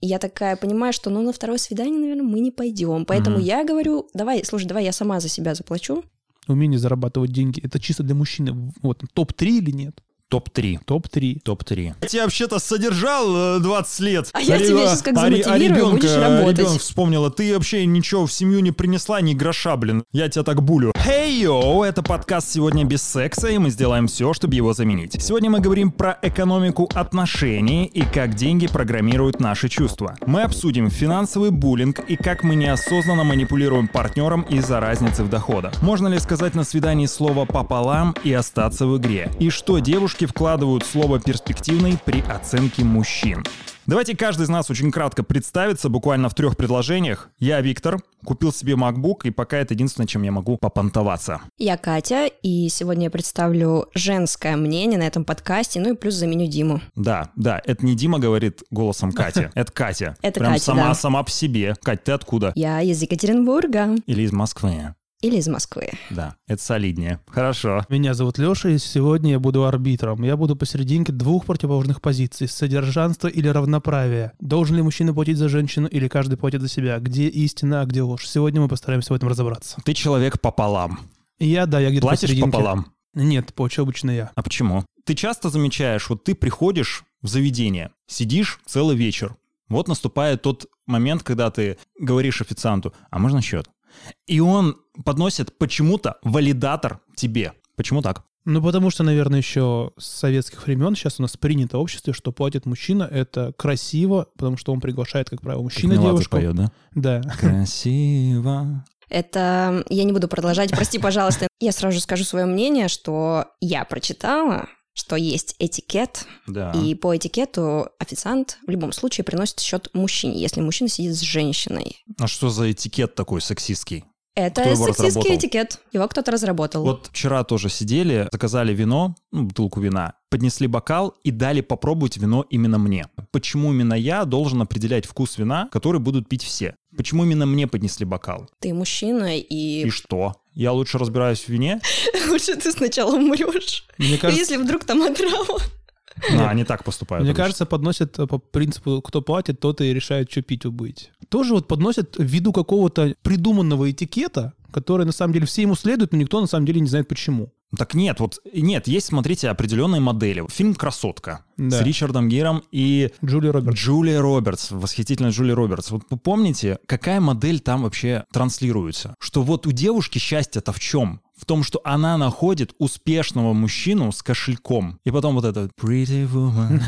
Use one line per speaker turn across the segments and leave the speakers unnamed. И я такая понимаю, что ну на второе свидание, наверное, мы не пойдем. Поэтому
Мгм.
я говорю, давай, слушай, давай я сама за себя заплачу.
Умение зарабатывать деньги. Это чисто для мужчины. Вот топ-3 или нет?
Топ-3.
Топ-3.
Топ-3 Я тебя вообще-то содержал э, 20 лет.
А я
ре-
тебя щас как
а ре- а
замотивирую,
ребенка-
будешь
а
работать.
ребенка вспомнила. Ты вообще ничего в семью не принесла, ни гроша, блин. Я тебя так булю. Hey, yo! Это подкаст «Сегодня без секса», и мы сделаем все, чтобы его заменить. Сегодня мы говорим про экономику отношений и как деньги программируют наши чувства. Мы обсудим финансовый буллинг и как мы неосознанно манипулируем партнером из-за разницы в доходах. Можно ли сказать на свидании слово «пополам» и остаться в игре? И что девушки вкладывают в слово «перспективный» при оценке мужчин? Давайте каждый из нас очень кратко представится, буквально в трех предложениях. Я Виктор, купил себе MacBook, и пока это единственное, чем я могу попонтоваться.
Я Катя, и сегодня я представлю женское мнение на этом подкасте, ну и плюс заменю Диму.
Да, да, это не Дима говорит голосом Кати, это Катя.
Это
Прям
Катя,
сама,
да.
сама по себе. Кать, ты откуда?
Я из Екатеринбурга
Или из Москвы?
или из Москвы.
Да, это солиднее. Хорошо.
Меня зовут Леша, и сегодня я буду арбитром. Я буду посерединке двух противоположных позиций – содержанство или равноправие. Должен ли мужчина платить за женщину, или каждый платит за себя? Где истина, а где ложь? Сегодня мы постараемся в этом разобраться.
Ты человек пополам.
И я, да, я где-то
Платишь
посерединке.
пополам?
Нет, получил обычно я.
А почему? Ты часто замечаешь, вот ты приходишь в заведение, сидишь целый вечер. Вот наступает тот момент, когда ты говоришь официанту, а можно счет? И он подносит почему-то валидатор тебе. Почему так?
Ну, потому что, наверное, еще с советских времен сейчас у нас принято в обществе, что платит мужчина – это красиво, потому что он приглашает, как правило, мужчина
Меладзе
девушку.
поет, да?
Да.
Красиво.
Это я не буду продолжать, прости, пожалуйста. Я сразу же скажу свое мнение, что я прочитала, что есть этикет,
Да.
и по этикету официант в любом случае приносит счет мужчине, если мужчина сидит с женщиной.
А что за этикет такой сексистский?
Это
Кто его
сексистский
разработал?
этикет. Его кто-то разработал.
Вот вчера тоже сидели, заказали вино, ну, бутылку вина, поднесли бокал и дали попробовать вино именно мне. Почему именно я должен определять вкус вина, который будут пить все? Почему именно мне поднесли бокал?
Ты мужчина,
И
и
что? Я лучше разбираюсь в вине?
лучше ты сначала умрешь.
Мне кажется,
Если вдруг там отрава.
Да, А, они так поступают.
Мне
обычно.
кажется, подносят э, по принципу, кто платит, тот и решает, что пить убыть. Тоже вот подносят ввиду какого-то придуманного этикета, который на самом деле все ему следуют, но никто на самом деле не знает почему.
Так нет, вот нет, есть, смотрите, определенные модели. Фильм «Красотка»
Да.
с Ричардом Гиром и
Джулия Робертс.
Джулия Робертс, восхитительная Джулия Робертс. Вот вы помните, какая модель там вообще транслируется? Что вот у девушки счастье-то в чем? В том, что она находит успешного мужчину с кошельком. И потом вот это «Pretty woman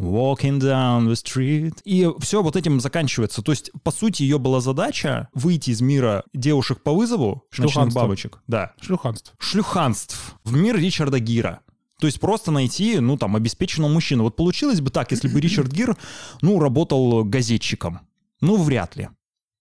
walking down the street». И все вот этим заканчивается. То есть, по сути, ее была задача выйти из мира девушек по вызову, ночных
Шлюханство.
бабочек. Да.
Шлюханство.
Шлюханств в мир Ричарда Гира. То есть просто найти, ну, там, обеспеченного мужчину. Вот получилось бы так, если бы Ричард Гир, ну, работал газетчиком. Ну, вряд ли.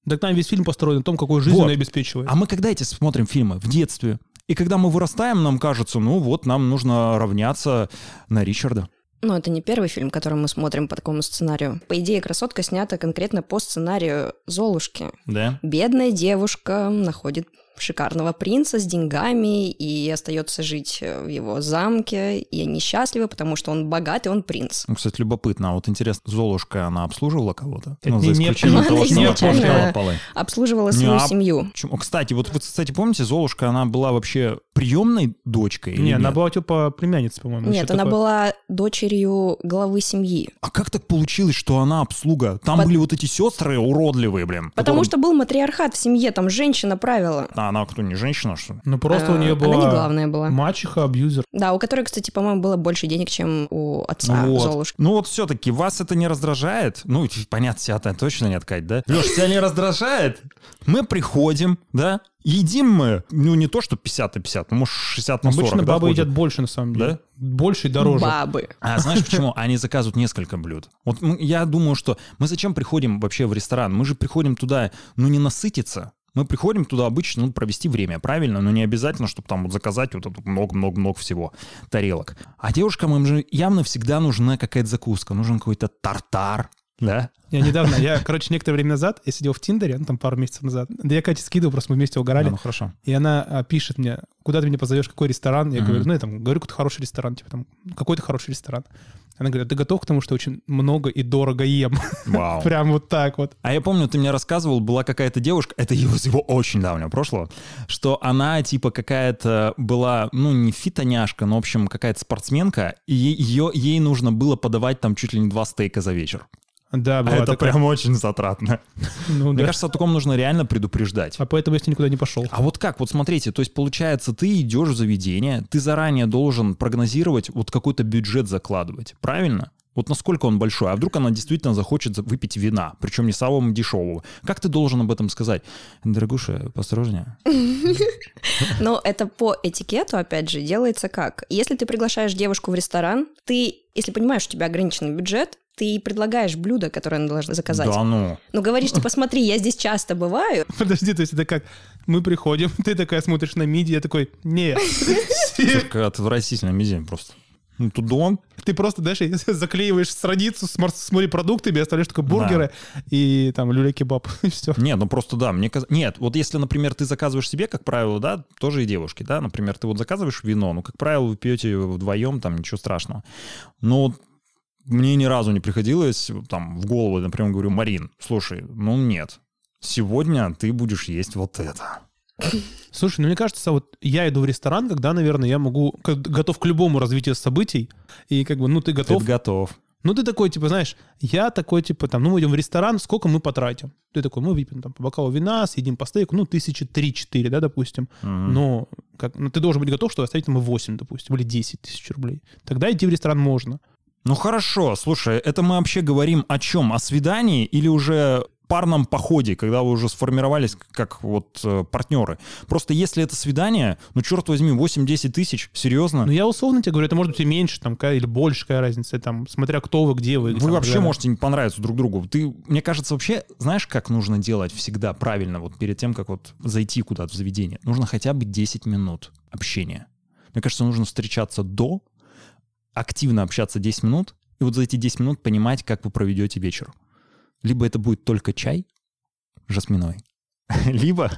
Так там весь фильм построен на том, какую жизнь
Вот.
он обеспечивает.
А мы когда эти смотрим фильмы? В детстве. И когда мы вырастаем, нам кажется, ну вот, нам нужно равняться на Ричарда.
Но это не первый фильм, который мы смотрим по такому сценарию. По идее, «Красотка» снята конкретно по сценарию «Золушки».
Да.
Бедная девушка находит шикарного принца с деньгами и остается жить э, в его замке, и они счастливы, потому что он богат, и он принц.
Ну, кстати, любопытно. А вот интересно, Золушка, она обслуживала кого-то?
Это
ну, за
не- не-
исключением
она
того, что она
изначально-
портила полы.
Обслуживала
Не,
свою
а-
семью.
Почему? Кстати, вот вы, кстати, помните, Золушка, она была вообще приемной дочкой? или
не, она
нет?
была типа племянница, по-моему.
Нет,
ещё
она
такое.
была дочерью главы семьи.
А как так получилось, что она обслуга? Там
Пот-
были вот эти сестры уродливые, блин.
Потому
которым-
что был матриархат в семье, там женщина правила.
А она кто, не женщина, что ли?
Ну просто
Э,
у нее была...
Она не главная была.
Мачеха, абьюзер.
Да, у которой, кстати, по-моему, было больше денег, чем у отца
вот.
Золушки.
Ну вот все-таки вас это не раздражает? Ну, ть- понятно, тебя точно не откать, да? Леш, тебя не раздражает? Мы приходим, да? Едим мы, ну не то, что 50 на 50, ну может 60 на 40.
Обычно
да,
бабы
входит?
едят больше, на самом деле. Больше и дороже.
Бабы.
А знаешь почему? Они заказывают несколько блюд. Вот м, я думаю, что мы зачем приходим вообще в ресторан? Мы же приходим туда, ну, не насытиться. Мы приходим туда обычно, ну, провести время, правильно? Но не обязательно, чтобы там вот заказать вот это много-много-много всего тарелок. А девушкам им же явно всегда нужна какая-то закуска. Нужен какой-то тартар, Да?
Я недавно, я, короче, некоторое время назад, я сидел в Тиндере, ну, там пару месяцев назад. Да я Кате скидывал, просто мы вместе
А,
угорали.
ну хорошо.
И она а, пишет мне, куда ты меня позовешь, какой ресторан? Я
Мгм.
говорю, ну, я там говорю, какой-то хороший ресторан, типа там, какой-то хороший ресторан. Она говорит, ты готов к тому, что очень много и дорого ем?
Вау.
Прям вот так вот.
А я помню, ты мне рассказывал, была какая-то девушка, это из его очень давнего прошлого, что она типа какая-то была, ну не фитоняшка, но в общем какая-то спортсменка, и е- ее, ей нужно было подавать там чуть ли не два стейка за вечер.
Да,
А
была
это
такая.
прям очень затратно.
Ну,
Мне
да.
кажется, о таком нужно реально предупреждать.
А поэтому я с ней никуда не пошел.
А вот как? Вот смотрите, то есть получается, ты идешь в заведение, ты заранее должен прогнозировать, вот какой-то бюджет закладывать, правильно? Вот насколько он большой, а вдруг она действительно захочет за- выпить вина, причем не самого дешевого. Как ты должен об этом сказать? Дорогуша, посторожнее.
Но это по этикету, опять же, делается как? Если ты приглашаешь девушку в ресторан, ты, если понимаешь, у тебя ограниченный бюджет, ты ей предлагаешь блюдо, которое она должна заказать.
Да ну.
Ну, говоришь, типа, смотри, я здесь часто бываю.
Подожди, то есть это как? Мы приходим, ты такая смотришь на миди, я такой, не.
Только отвратительный мизинь просто. Ну, тудон.
Ты просто, знаешь, заклеиваешь страницу с, мор- с морепродуктами, оставляешь только бургеры и там люля-кебаб, и все.
Нет, ну просто да, мне каз- Нет, вот если, например, ты заказываешь себе, как правило, да, тоже и девушки, да, например, ты вот заказываешь вино, ну, как правило, вы пьете вдвоем, там ничего страшного. Но вот мне ни разу не приходилось там в голову, например, говорю, Марин, слушай, ну нет, сегодня ты будешь есть вот это.
Слушай, ну мне кажется, вот я иду в ресторан, когда, наверное, я могу, как- готов к любому развитию событий, и как бы, ну ты готов,
Ты готов.
ну ты такой, типа, знаешь, я такой, типа, там, ну мы идем в ресторан, сколько мы потратим? Ты такой, мы выпьем там по бокалу вина, съедим по стейку, ну тысячи три-четыре, да, допустим.
Мгм.
Но как, ну, ты должен быть готов, что оставить там 8, допустим, или 10 тысяч рублей. Тогда идти в ресторан можно.
Ну хорошо, слушай, это мы вообще говорим о чем? О свидании или уже парном походе, когда вы уже сформировались как вот э, партнеры. Просто если это свидание, ну черт возьми, 8-10 тысяч, серьезно?
Ну, я условно тебе говорю, это может быть и меньше, там, какая- или больше, какая разница, там, смотря кто вы, где вы.
Вы
там,
вообще
да.
можете не понравиться друг другу. Ты, мне кажется, вообще, знаешь, как нужно делать всегда правильно, вот перед тем, как вот зайти куда-то в заведение? Нужно хотя бы 10 минут общения. Мне кажется, нужно встречаться до, активно общаться 10 минут, и вот за эти 10 минут понимать, как вы проведете вечер. Либо это будет только чай жасминовый, либо,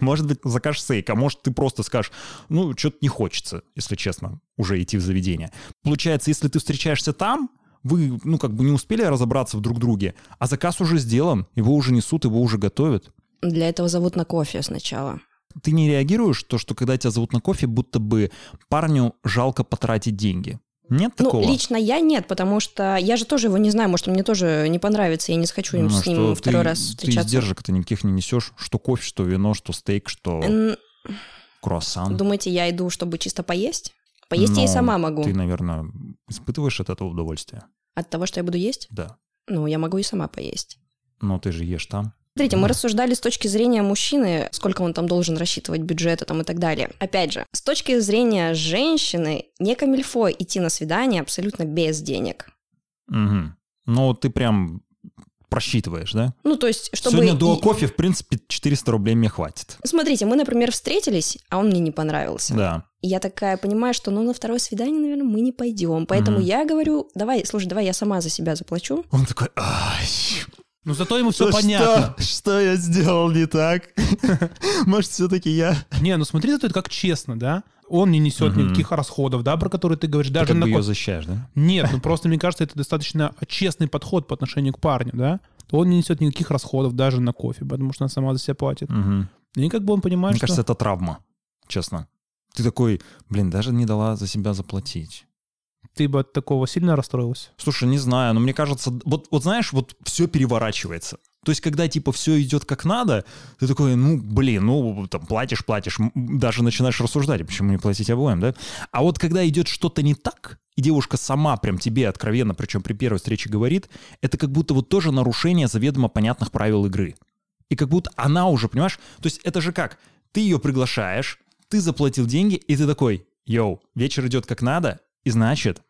может быть, закажешь сейк, а может, ты просто скажешь, ну, что-то не хочется, если честно, уже идти в заведение. Получается, если ты встречаешься там, вы, ну, как бы не успели разобраться в друг друге, а заказ уже сделан, его уже несут, его уже готовят.
Для этого зовут на кофе сначала.
Ты не реагируешь, то, что когда тебя зовут на кофе, будто бы парню жалко потратить деньги. Нет такого?
Ну, лично я нет, потому что я же тоже его не знаю, может, он мне тоже не понравится, я не захочу им
Ну,
с ним
что
второй
ты-
раз
Ты
встречаться.
издержек-то никаких не несешь. Что кофе, что вино, что стейк, что
Н-
круассан.
Думаете, я иду, чтобы чисто поесть? Поесть я и
Но
сама могу.
Ты, наверное, испытываешь от этого удовольствие?
От того, что я буду есть?
Да.
Ну, я могу и сама поесть.
Но ты же ешь там.
Смотрите, мы
Да.
рассуждали с точки зрения мужчины, сколько он там должен рассчитывать бюджета там и так далее. Опять же, с точки зрения женщины, не камильфо идти на свидание абсолютно без денег.
Мгм. Ну, ты прям просчитываешь, да?
Ну, то есть, чтобы...
Сегодня до
и-
кофе, в принципе, 400 рублей мне хватит.
Смотрите, мы, например, встретились, а он мне не понравился.
Да.
И я такая понимаю, что ну на второе свидание, наверное, мы не пойдем. Поэтому
Мгм.
я говорю, давай, слушай, давай я сама за себя заплачу.
Он такой, ай,
Ну, зато ему все
что-
понятно.
Что, что я сделал не так? Может, все-таки я...
Не, ну смотри, зато это как честно, да? Он не несет
Мгм.
никаких расходов, да, про которые ты говоришь. Даже
ты как
на
бы
ко-
ее защищаешь, да?
Нет, ну просто мне кажется, это достаточно честный подход по отношению к парню, да? Он не несет никаких расходов даже на кофе, потому что она сама за себя платит.
Мгм.
И как бы он понимает,
Мне
что...
кажется, это травма, честно. Ты такой, блин, даже не дала за себя заплатить.
Ты бы от такого сильно расстроился.
Слушай, не знаю, но мне кажется, вот, вот знаешь, вот все переворачивается. То есть, когда типа все идет как надо, ты такой, ну, блин, ну, там, платишь, платишь, м, даже начинаешь рассуждать, а почему не платить обоим, да? А вот когда идет что-то не так, и девушка сама прям тебе откровенно, причем при первой встрече говорит, это как будто вот тоже нарушение заведомо понятных правил игры. И как будто она уже, понимаешь, то есть это же как, ты ее приглашаешь, ты заплатил деньги, и ты такой, йоу, вечер идет как надо, и значит,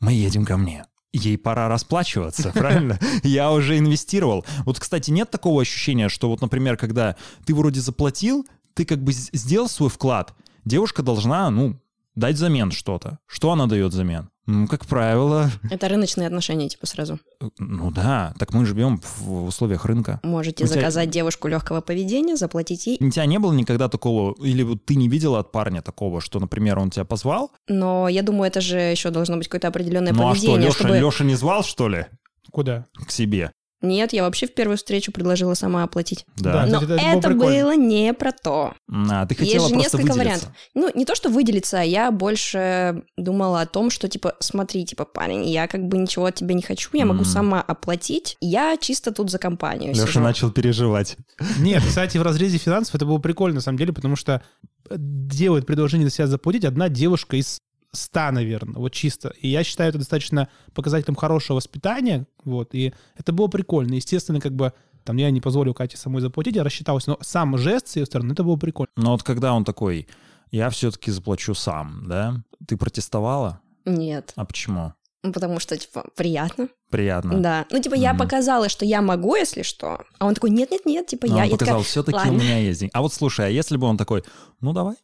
мы едем ко мне. Ей пора расплачиваться, правильно? Я уже инвестировал. Вот, кстати, нет такого ощущения, что вот, например, когда ты вроде заплатил, ты как бы с- сделал свой вклад, девушка должна, ну, дать взамен что-то. Что она дает взамен? Ну, как правило,
Это рыночные отношения, типа сразу.
э, ну да, так мы живем в условиях рынка.
Можете
У тебя-
заказать девушку легкого поведения, заплатить ей.
У тебя не было никогда такого, или вот ты не видела от парня такого, что, например, он тебя позвал?
Но я думаю, это же еще должно быть какое-то определенное
ну а что,
поведение,
Леша,
чтобы.
Леша не звал, что ли,
Куда?
к себе?
Нет, я вообще в первую встречу предложила сама оплатить.
Да.
Да.
Но
это- это было
это
прикольно.
было не про то.
А, ты
Есть
хотела
же
просто
несколько
выделиться.
Ну, не то, что выделиться, а я больше думала о том, что, типа, смотри, типа, парень, я как бы ничего от тебя не хочу, я могу
М.
сама оплатить, я чисто тут за компанию
Леша
сижу.
начал переживать.
Нет, кстати, в разрезе финансов это было прикольно, на самом деле, потому что делает предложение за себя заплатить одна девушка из ста, наверное, вот чисто. И я считаю это достаточно показателем хорошего воспитания, вот, и это было прикольно. Естественно, как бы там я не позволил Кате самой заплатить, я рассчитался, но сам жест с ее стороны, это было прикольно.
Но вот когда он такой, я все-таки заплачу сам, да? Ты протестовала?
Нет,
А почему?
ну, потому что, типа, приятно,
Приятно.
да. Ну, типа, я
Мгм.
показала, что я могу, если что, а он такой, нет-нет-нет, типа,
Но
я...
Ну, он
Я такая,
показал, все-таки у
«Ладно».
меня есть деньги. А вот слушай, а если бы он такой, ну давай?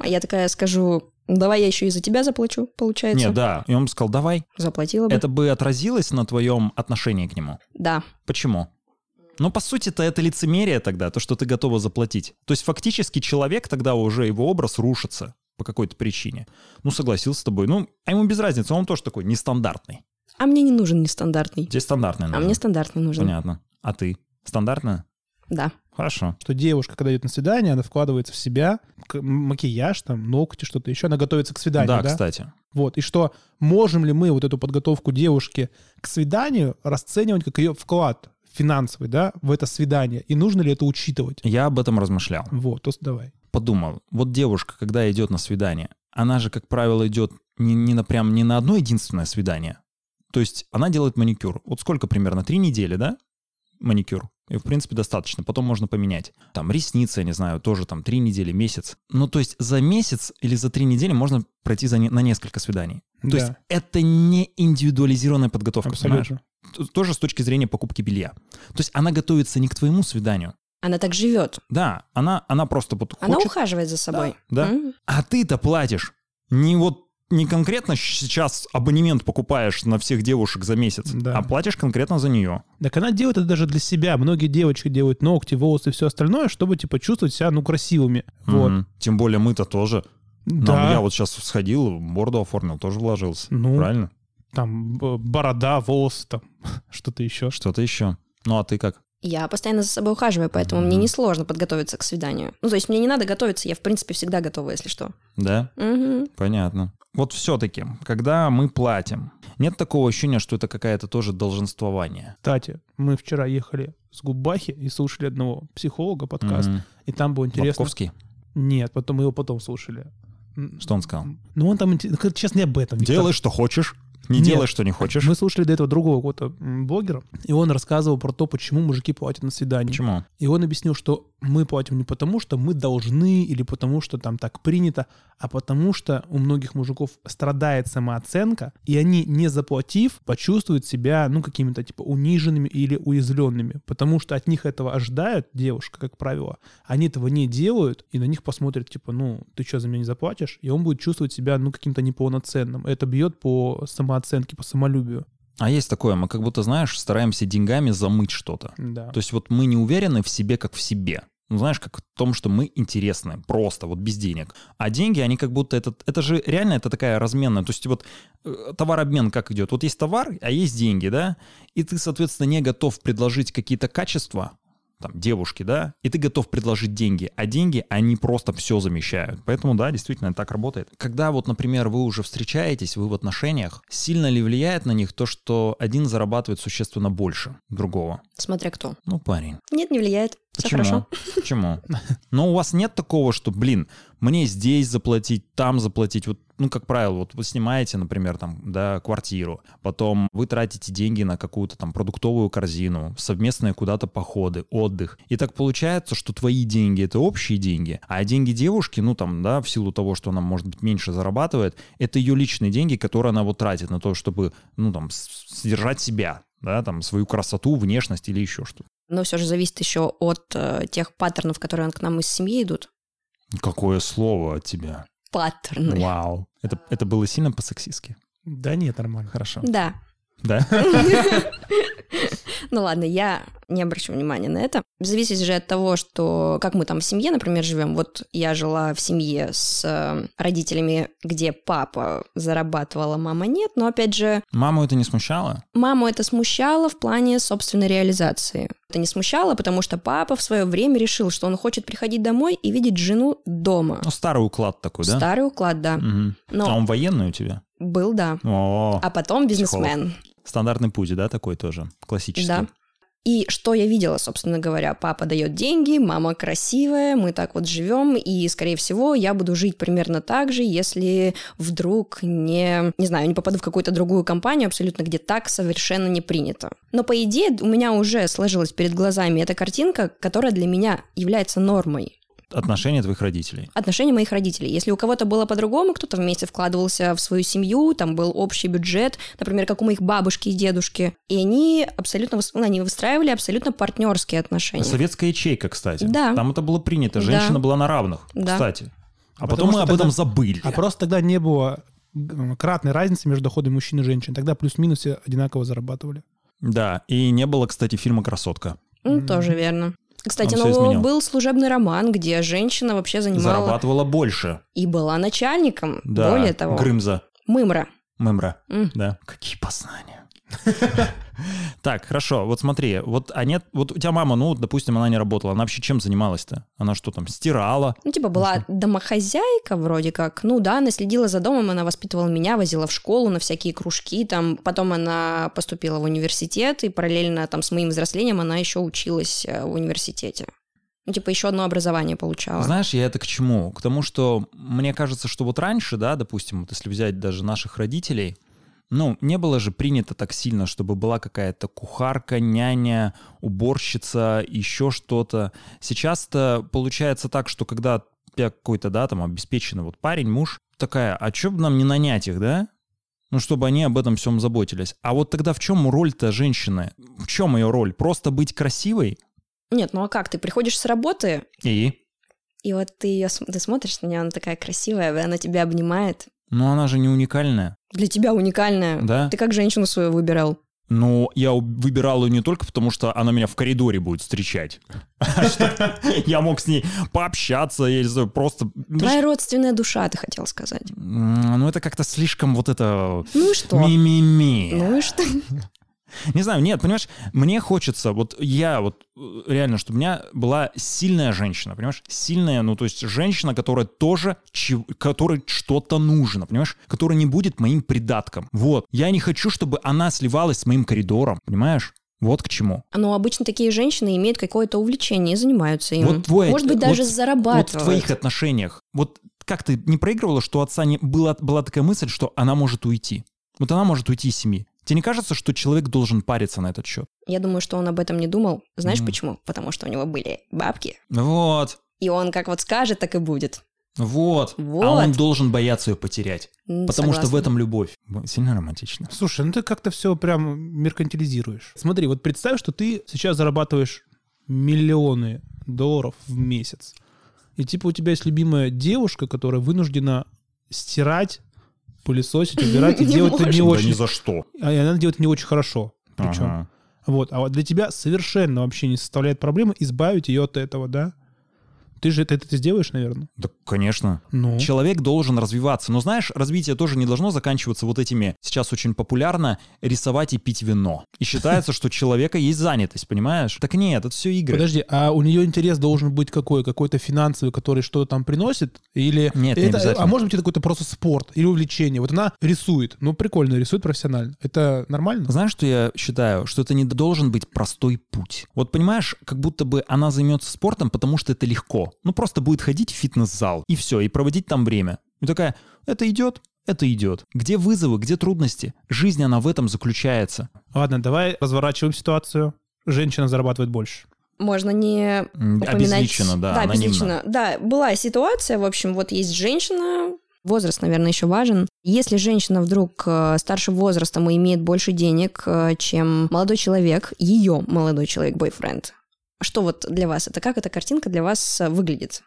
а я такая скажу, «Ну, давай я еще и за тебя заплачу, получается.
Не, да. И он бы сказал, давай.
Заплатила бы.
Это бы отразилось на твоем отношении к нему.
Да.
Почему? Ну, по сути-то это лицемерие тогда, то, что ты готова заплатить. То есть фактически человек тогда уже, его образ рушится по какой-то причине. Ну, согласился с тобой. Ну, а ему без разницы, он тоже такой нестандартный.
А мне не нужен нестандартный.
Тебе стандартный
А
нужен.
мне стандартный нужен.
Понятно. А ты? Стандартная?
Да.
Хорошо.
Что девушка, когда идет на свидание, она вкладывается в себя, к- макияж, там, ногти, что-то еще, она готовится к свиданию,
да,
да?
кстати.
Вот, и что можем ли мы вот эту подготовку девушки к свиданию расценивать как ее вклад финансовый, да, в это свидание, и нужно ли это учитывать?
Я об этом размышлял.
Вот, то есть давай.
подумал, вот девушка, когда идет на свидание, она же, как правило, идет не, не на прям не на одно единственное свидание. То есть она делает маникюр. Вот сколько примерно? Три недели, да? Маникюр. И, в принципе, достаточно. Потом можно поменять. Там ресницы, я не знаю, тоже там три недели, месяц. Ну, то есть за месяц или за три недели можно пройти за не- на несколько свиданий. То
Да,
есть это не индивидуализированная подготовка, понимаешь?
абсолютно.
Т- Тоже с точки зрения покупки белья. То есть она готовится не к твоему свиданию.
Она так живет.
Да, она, она просто вот
Она
хочет-
ухаживает за собой.
да.
М.
а ты-то платишь. Не вот не конкретно щ- сейчас абонемент покупаешь на всех девушек за месяц,
Да.
а платишь конкретно за нее.
Так она делает это даже для себя. Многие девочки делают ногти, волосы и все остальное, чтобы, типа, чувствовать себя, ну, красивыми. Вот.
Мгм. Тем более мы-то тоже. Нам-
Да.
я вот сейчас сходил, морду оформил, тоже вложился.
Ну.
Правильно?
Там б- борода, волосы, там, что-то еще.
Что-то еще. Ну а ты как?
Я постоянно за собой ухаживаю, поэтому мне
Мгм.
несложно подготовиться к свиданию. Ну, то есть мне не надо готовиться, я, в принципе, всегда готова, если что.
Да?
Мгм.
Понятно. Вот все-таки, когда мы платим, нет такого ощущения, что это какая-то тоже долженствование.
Кстати, мы вчера ехали с Губахи и слушали одного психолога подкаст,
Мгм.
и там было интересно.
Лобковский,
Нет, потом мы его потом слушали. М,
что он сказал?
Ну, он там, инте- как- честно, не об этом. Виктор.
Делай, что хочешь, не
Нет.
делай, что не хочешь.
Мы слушали до этого другого какого-то м, блогера, и он рассказывал про то, почему мужики платят на свидание.
Почему?
И он объяснил, что мы платим не потому, что мы должны или потому, что там так принято, а потому, что у многих мужиков страдает самооценка, и они, не заплатив, почувствуют себя, ну, какими-то, типа, униженными или уязвленными, потому что от них этого ожидают, девушка, как правило, они этого не делают, и на них посмотрят, типа, ну, ты что, за меня не заплатишь? И он будет чувствовать себя, ну, каким-то неполноценным. Это бьет по самооценке, по самолюбию.
А есть такое, мы как будто, знаешь, стараемся деньгами замыть что-то.
Да.
То есть вот мы не уверены в себе как в себе. Ну, знаешь, как в том, что мы интересны, просто, вот без денег. А деньги, они как будто, это, это же реально, это такая разменная. То есть вот э, товар-обмен как идет? Вот есть товар, а есть деньги, да? И ты, соответственно, не готов предложить какие-то качества, там, девушки, да? И ты готов предложить деньги. А деньги, они просто все замещают. Поэтому, да, действительно, так работает. Когда вот, например, вы уже встречаетесь, вы в отношениях, сильно ли влияет на них то, что один зарабатывает существенно больше другого?
Смотря кто.
Ну, парень.
Нет, не влияет. Все
Почему?
хорошо.
Почему? Но у вас нет такого, что, блин, мне здесь заплатить, там заплатить. Вот, ну, как правило, вот вы снимаете, например, там, да, квартиру, потом вы тратите деньги на какую-то там продуктовую корзину, совместные куда-то походы, отдых. И так получается, что твои деньги — это общие деньги, а деньги девушки, ну, там, да, в силу того, что она, может быть, меньше зарабатывает, это ее личные деньги, которые она вот тратит на то, чтобы, ну, там, с- содержать себя, да, там, свою красоту, внешность или еще что-то.
Но все же зависит еще от э, тех паттернов, которые к нам из семьи идут.
Какое слово от тебя?
Паттерны.
Вау. Это, это было сильно по-сексистски.
Да нет, нормально.
Хорошо.
Да.
Да?
Ну ладно, я не обращу внимания на это. Зависит же от того, что как мы там в семье, например, живем. Вот я жила в семье с э, родителями, где папа зарабатывала, мама нет. Но опять же,
Маму это не смущало?
маму это смущало в плане собственной реализации. Это не смущало, потому что папа в свое время решил, что он хочет приходить домой и видеть жену дома.
Ну, старый уклад такой, да?
Старый уклад, да.
Мгм.
Но
А он военный у тебя?
был, да. Ну.
О,
А потом бизнесмен.
стандартный путь, да, такой тоже, классический.
Да. И что я видела, собственно говоря, папа дает деньги, мама красивая, мы так вот живем, и, скорее всего, я буду жить примерно так же, если вдруг не, не знаю, не попаду в какую-то другую компанию абсолютно, где так совершенно не принято. Но, по идее, у меня уже сложилась перед глазами эта картинка, которая для меня является нормой
Отношения твоих родителей.
отношения моих родителей. Если у кого-то было по-другому, кто-то вместе вкладывался в свою семью, там был общий бюджет, например, как у моих бабушки и дедушки, и они абсолютно, выс- ну, они выстраивали абсолютно партнерские отношения.
Советская ячейка, кстати.
Да.
Там это было принято. Женщина
Да.
была на равных,
Да.
кстати. А
Потому
потом мы
что
об этом
тогда-
забыли.
А просто тогда не было м, кратной разницы между доходами мужчин и женщин. Тогда плюс-минус все одинаково зарабатывали.
Да, и не было, кстати, фильма «Красотка».
Ну,
Мгм.
Тоже верно. Кстати,
Он всё
ну,
изменил.
был служебный роман, где женщина вообще занимала
Зарабатывала больше.
и была начальником.
Да.
Более того,
Грымза.
мымра.
Мымра.
М.
Да. Какие познания. Так, хорошо, вот смотри, вот а нет, вот у тебя мама, ну, допустим, она не работала, она вообще чем занималась-то? Она что там, стирала?
Ну, типа, была домохозяйка вроде как. Ну да, она следила за домом, она воспитывала меня, возила в школу на всякие кружки. Там. Потом она поступила в университет, и параллельно там с моим взрослением она еще училась э, в университете. Ну, типа, еще одно образование получала.
Знаешь, я это к чему? К тому, что мне кажется, что вот раньше, да, допустим, вот если взять даже наших родителей, ну, не было же принято так сильно, чтобы была какая-то кухарка, няня, уборщица, еще что-то. Сейчас-то получается так, что когда у тебя какой-то, да, там, обеспеченный вот парень, муж, такая, а чё бы нам не нанять их, да? Ну, чтобы они об этом всем заботились. А вот тогда в чем роль-то женщины? В чем ее роль? Просто быть красивой?
Нет, ну а как? Ты приходишь с работы,
И?
и вот ты ее ты смотришь на нее, она такая красивая, она тебя обнимает.
Ну, она же не уникальная,
Для тебя уникальная.
да?
Ты как женщину свою выбирал?
Но я у- выбирал ее не только потому, что она меня в коридоре будет встречать. Что Я мог с ней пообщаться, я не знаю, просто... ну,
Твоя родственная душа, ты хотел сказать.
М, Ну, это как-то слишком вот это...
Ну и что?
Ми-ми-ми.
Ну и что?
Не знаю, нет, понимаешь, мне хочется, вот я вот э, реально, чтобы у меня была сильная женщина, понимаешь, сильная, ну то есть женщина, которая тоже, чев- которой что-то нужно, понимаешь, которая не будет моим придатком. Вот, я не хочу, чтобы она сливалась с моим коридором, понимаешь? Вот к чему.
Но обычно такие женщины имеют какое-то увлечение и занимаются им.
Вот твой-
Может быть, даже
вот-
зарабатывают.
Вот в твоих отношениях, вот как ты не проигрывала, что у отца не, была, была такая мысль, что она может уйти? Вот она может уйти из семьи. Тебе не кажется, что человек должен париться на этот счет?
Я думаю, что он об этом не думал. Знаешь
Мгм.
почему? Потому что у него были бабки.
Вот,
И он как вот скажет, так и будет.
вот.
Вот.
А он должен бояться ее потерять,
М,
потому что в
согласна.
этом любовь. М, Сильно романтично.
Слушай, ну ты как-то все прям меркантилизируешь. Смотри, вот представь, что ты сейчас зарабатываешь миллионы долларов в месяц. И типа у тебя есть любимая девушка, которая вынуждена стирать, пылесосить, убирать и
Не
делать это
может.
не очень.
за что.
А и она делает не очень хорошо. Причем.
Ага.
Вот. А вот для тебя совершенно вообще не составляет проблемы избавить ее от этого, да? Ты же это, это ты сделаешь, наверное.
Да, конечно.
Ну.
Человек должен развиваться. Но знаешь, развитие тоже не должно заканчиваться вот этими, сейчас очень популярно, рисовать и пить вино. И считается, что у человека есть занятость, понимаешь? Так нет, это все игры.
Подожди, а у нее интерес должен быть какой? Какой-то финансовый, который что-то там приносит? Или
Нет, не
это,
обязательно.
А может быть, это какой-то просто спорт или увлечение? Вот она рисует. Ну, прикольно, рисует профессионально. Это нормально?
Знаешь, что я считаю? Что это не должен быть простой путь. Вот понимаешь, как будто бы она займется спортом, потому что это легко. Ну просто будет ходить в фитнес-зал и все, и проводить там время. И такая, это идет, это идет. Где вызовы, где трудности? Жизнь, она в этом заключается.
Ладно, давай разворачиваем ситуацию. Женщина зарабатывает больше.
Можно не
М,
упоминать...
Обезличенно, да,
Да,
анонимно.
обезличенно. Да, была ситуация, в общем, вот есть женщина, возраст, наверное, еще важен. Если женщина вдруг э, старше возрастом и имеет больше денег, э, чем молодой человек, ее молодой человек, бойфренд, что вот для вас это? Как эта картинка для вас э, выглядит?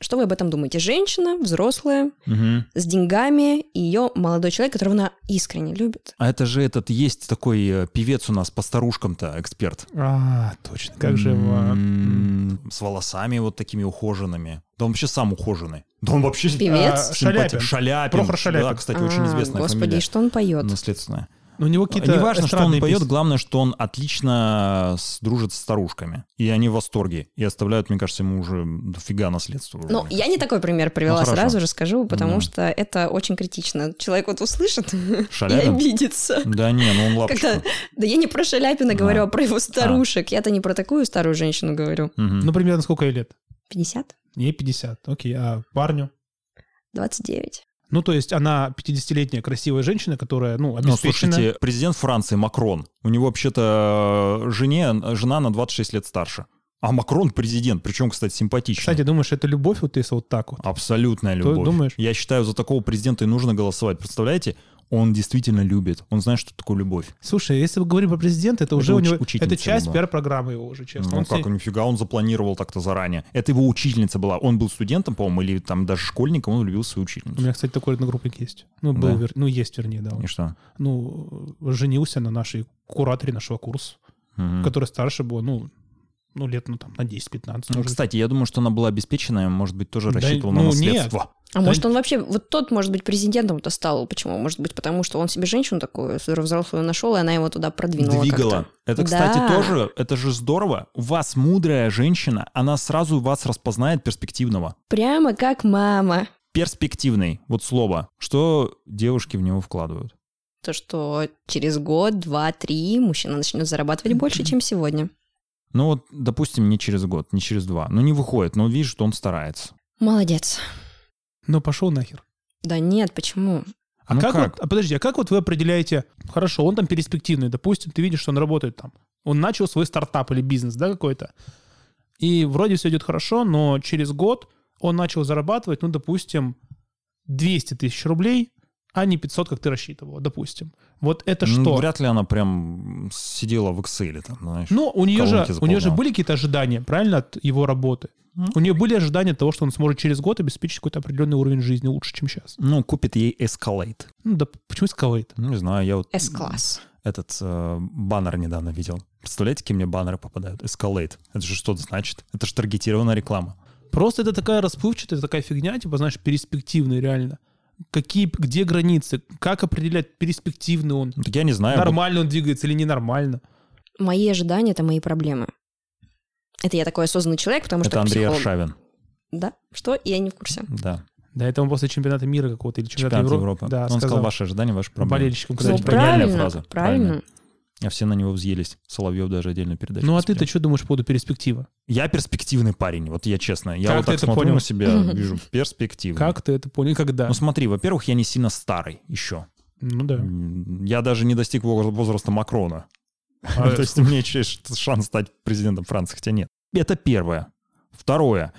Что вы об этом думаете? Женщина, взрослая,
Мгм.
с деньгами, и ее молодой человек, которого она искренне любит.
А это же этот есть такой э, певец у нас по старушкам-то эксперт.
А, точно, как же его... м,
М, С волосами вот такими ухоженными. Да он вообще сам ухоженный. Да он вообще
Певец?
А,
симпатичный.
Шаляпин.
Шаляпин.
Прохор
Да,
Шаляпин.
кстати, очень
А,
известная
Господи,
фамилия.
и что он поет?
Наследственная.
Ну, У него какие-то
не важно, что он
эстрадные
поет,
песни.
главное, что он отлично с- дружит с старушками. И они в восторге. И оставляют, мне кажется, ему уже дофига наследства. уже,
Ну,
мне
я не такой пример привела,
Ну, хорошо. Ну
сразу же скажу, потому
Да.
что это очень критично. Человек вот услышит
кажется.
и
Шаляпин?
обидится.
Да не, ну он лапочка.
Как-то, да я не про Шаляпина
Да.
говорю, а про его старушек. Я-то не про такую старую женщину говорю.
Мгм.
Ну, примерно сколько ей лет?
50?
Ей 50, окей, а парню?
29?
Ну, то есть она 50-летняя красивая женщина, которая, ну,
Ну,
обеспечена.
слушайте, президент Франции Макрон, у него вообще-то э, жене, жена на 26 лет старше. А Макрон президент, причем, кстати, симпатичный.
Кстати, думаешь, это любовь вот если вот так вот?
Абсолютная
Кто
любовь.
думаешь?
Я считаю, за такого президента и нужно голосовать. Представляете? Он действительно любит. Он знает, что такое любовь.
Слушай, если мы говорим про президента, это уже
уч-
у него...
учительница
Это часть
была.
пиар-программы его уже, честно.
Ну
Он
как,
все-
нифига, он запланировал так-то заранее. Это его учительница была. Он был студентом, по-моему, или там даже школьником, он любил свою
У
учительницу.
меня, кстати, такой одногруппник есть. Ну, был,
Да?
вер- ну, есть, вернее, да. он.
И что?
Ну, женился на нашей кураторе нашего курса,
Мгм.
которая старше была, ну, ну, лет, ну, там, на 10-15. может
Ну,
быть.
кстати, я думаю, что она была обеспеченная, может быть, тоже
Да,
рассчитывала на
ну, нет.
наследство.
А может, он вообще, вот тот, может быть, президентом-то стал. Почему? Может быть, потому что он себе женщину такую взрослую нашел, и она его туда продвинула.
Двигала.
как-то.
Это, кстати,
Да.
тоже, это же здорово. У вас мудрая женщина, она сразу вас распознает перспективного.
Прямо как мама.
Перспективный, вот слово. Что девушки в него вкладывают?
То, что через год, два, три мужчина начнет зарабатывать больше, чем сегодня.
Ну вот, допустим, не через год, не через два. Ну не выходит, но видишь, что он старается.
Молодец.
Ну, пошел нахер.
Да нет, почему?
А
Ну
как,
как?
вот- а подожди, а как вот вы определяете, хорошо, он там перспективный, допустим, ты видишь, что он работает там, он начал свой стартап или бизнес, да, какой-то, и вроде все идет хорошо, но через год он начал зарабатывать, ну, допустим, 200 тысяч рублей, а не 500, как ты рассчитывал, допустим. Вот это
Ну,
что?
Вряд ли она прям сидела в Excel там, знаешь.
Ну, у нее, же,
колонки
у нее же
заполняла.
были какие-то ожидания, правильно, от его работы?
Ну.
У нее были ожидания того, что он сможет через год обеспечить какой-то определенный уровень жизни лучше, чем сейчас.
Ну, купит ей Escalade.
Ну, да почему Escalade?
Ну, не знаю, я вот
С-класс.
этот э, баннер недавно видел. Представляете, какие мне баннеры попадают? Escalade. Это же что-то значит? Это же таргетированная реклама.
Просто это такая расплывчатая такая фигня, типа, знаешь, перспективная реально. Какие, где границы? Как определять, перспективный он?
Ну, Так я не знаю. вот
Нормально он двигается или ненормально?
Мои ожидания — это мои проблемы. Это я такой осознанный человек, потому что
Это Андрей
психолог.
Аршавин.
Да? Что? Я не в курсе.
Да.
Да, это он после чемпионата мира какого-то или чемпионата
Чемпионат
Европы.
Европы.
Да,
Он
сказал,
сказал, ваши ожидания, ваши проблемы.
болельщикам,
Кстати,
кстати,
ну,
гениальная
правильно,
фраза.
правильно.
А все на него взъелись. Соловьев даже отдельную передачу.
Ну а ты-то
посмотрел.
что думаешь по поводу перспективы?
Я перспективный парень, вот я честно. Я
Как
вот
ты
так
это
смотрю
понял?
на себя, вижу перспективный.
Как ты это понял? И Когда?
Ну смотри, во-первых, я не сильно старый еще.
Ну да.
М, Я даже не достиг воз- возраста Макрона.
А,
То есть у меня еще есть шанс стать президентом Франции, хотя нет. Это первое. Второе.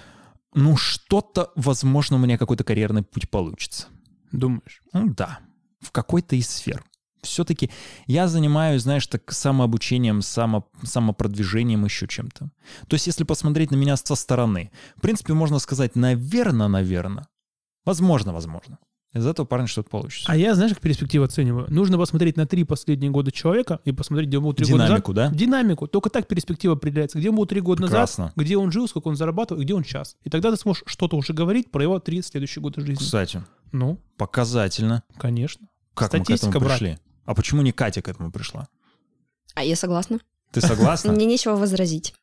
Ну что-то, возможно, у меня какой-то карьерный путь получится.
Думаешь?
Ну да, в какой-то из сфер. Все-таки я занимаюсь, знаешь, так самообучением, само, самопродвижением, еще чем-то. То есть, если посмотреть на меня со стороны, в принципе, можно сказать, наверное, наверное. Возможно, возможно. Из этого парня что-то получится.
А я, знаешь, как перспективу оцениваю? Нужно посмотреть на три последние года человека и посмотреть, где он был три года назад.
Динамику, да?
Динамику. Только так перспектива определяется. Где он был три года
Прекрасно.
назад, где он жил, сколько он зарабатывал, и где он сейчас. И тогда ты сможешь что-то уже говорить про его три следующие года жизни.
Кстати,
Ну,
показательно.
конечно.
Как мы к
Статистика,
этому
брат.
пришли? А почему не Катя к этому пришла?
А я согласна.
Ты согласна?
Мне нечего возразить.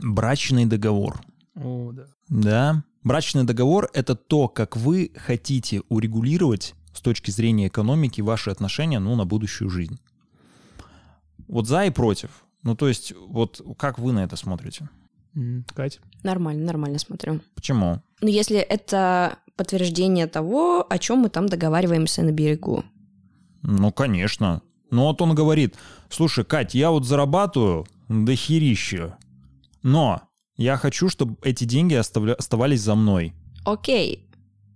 Брачный договор.
О, да.
Да. Брачный договор – это то, как вы хотите урегулировать с точки зрения экономики ваши отношения ну, на будущую жизнь. Вот за и против. Ну, то есть, вот как вы на это смотрите?
М, Кать.
Нормально, нормально смотрю.
Почему?
Но если это подтверждение того, о чем мы там договариваемся на берегу.
Ну, конечно. Ну, вот он говорит, слушай, Кать, я вот зарабатываю до херища, но я хочу, чтобы эти деньги оставля- оставались за мной.
Окей,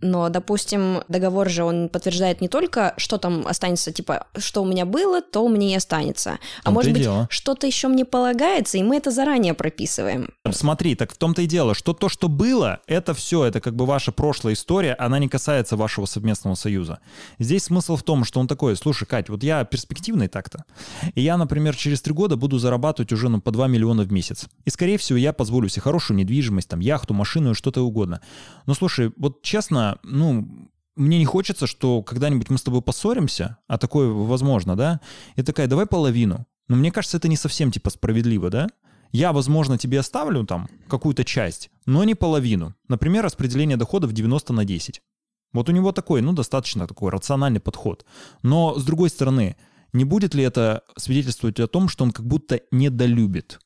Но, допустим, договор же он подтверждает не только, что там останется, типа, что у меня было, то мне и останется. А
том-то и
может быть,
дело.
что-то еще мне полагается, и мы это заранее прописываем.
Смотри, так в том-то и дело, что то, что было, это все, это как бы ваша прошлая история, она не касается вашего совместного союза. Здесь смысл в том, что он такой, слушай, Кать, вот я перспективный так-то, и я, например, через три года буду зарабатывать уже ну, по 2 миллиона в месяц. И, скорее всего, я позволю себе хорошую недвижимость, там, яхту, машину и что-то угодно. Но, слушай, вот честно, ну, мне не хочется, что когда-нибудь мы с тобой поссоримся, а такое возможно, да? И такая, давай половину. Но мне кажется, это не совсем, типа, справедливо, да? Я, возможно, тебе оставлю там какую-то часть, но не половину. Например, распределение доходов 90 на 10. Вот у него такой, ну, достаточно такой рациональный подход. Но, с другой стороны, не будет ли это свидетельствовать о том, что он как будто недолюбит?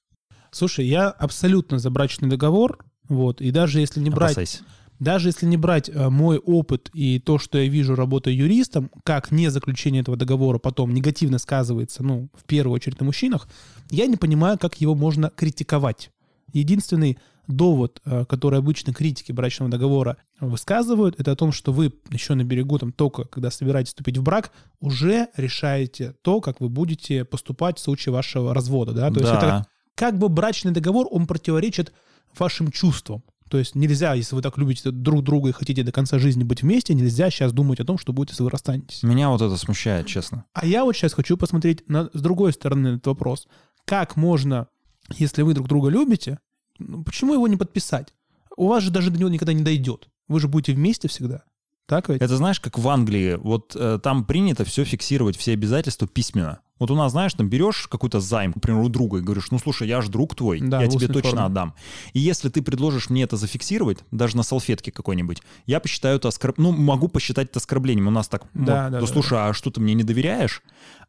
Слушай, я абсолютно за брачный договор, вот, и даже если не брать
Опасайся.
Даже если не брать э, мой опыт и то, что я вижу, работая юристом, как не заключение этого договора потом негативно сказывается, ну, в первую очередь на мужчинах, я не понимаю, как его можно критиковать. Единственный довод, э, который обычно критики брачного договора высказывают, это о том, что вы еще на берегу, там, только когда собираетесь вступить в брак, уже решаете то, как вы будете поступать в случае вашего развода, да? То есть это
да.
как бы брачный договор, он противоречит вашим чувствам. То есть нельзя, если вы так любите друг друга и хотите до конца жизни быть вместе, нельзя сейчас думать о том, что будет, если вы расстанетесь.
Меня вот это смущает, честно.
А я вот сейчас хочу посмотреть на, с другой стороны на этот вопрос. Как можно, если вы друг друга любите, ну, почему его не подписать? У вас же даже до него никогда не дойдет. Вы же будете вместе всегда. Так ведь?
Это знаешь, как в Англии, вот э, там принято все фиксировать, все обязательства письменно. Вот у нас, знаешь, там берешь какой-то займ, например, у друга, и говоришь, ну слушай, я же друг твой,
Да,
я
в
тебе
устной
точно
форме.
отдам. И если ты предложишь мне это зафиксировать, даже на салфетке какой-нибудь, я посчитаю это оскорб... ну могу посчитать это оскорблением. У нас так, ну,
Да,
да,
да, да,
слушай, а что ты мне не доверяешь?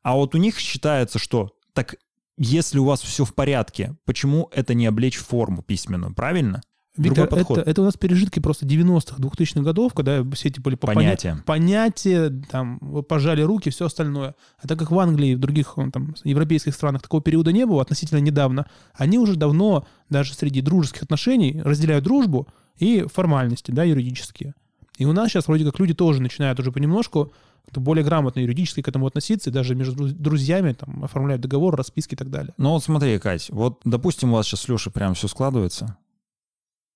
А вот у них считается, что так, если у вас все в порядке, почему это не облечь в форму письменную, правильно?
Виктор,
Другой подход.
Это, это у нас пережитки просто 90-х, 2000-х годов, когда все эти были по поня-
Понятия.
понятия, там, пожали руки, все остальное. А так как в Англии и в других он, там, европейских странах такого периода не было относительно недавно, они уже давно даже среди дружеских отношений разделяют дружбу и формальности, да, юридические. И у нас сейчас вроде как люди тоже начинают уже понемножку как-то более грамотно юридически к этому относиться, и даже между друз- друзьями там оформляют договор, расписки и так далее.
Ну вот смотри, Кать, вот, допустим, у вас сейчас Леша прям все складывается,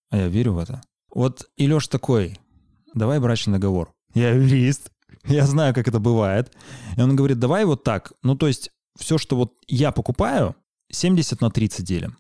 а я верю в это. Вот и Леша такой, давай брачный договор. Я юрист, я знаю, как это бывает. И он говорит, давай вот так, ну то есть все, что вот я покупаю, 70 на 30 делим.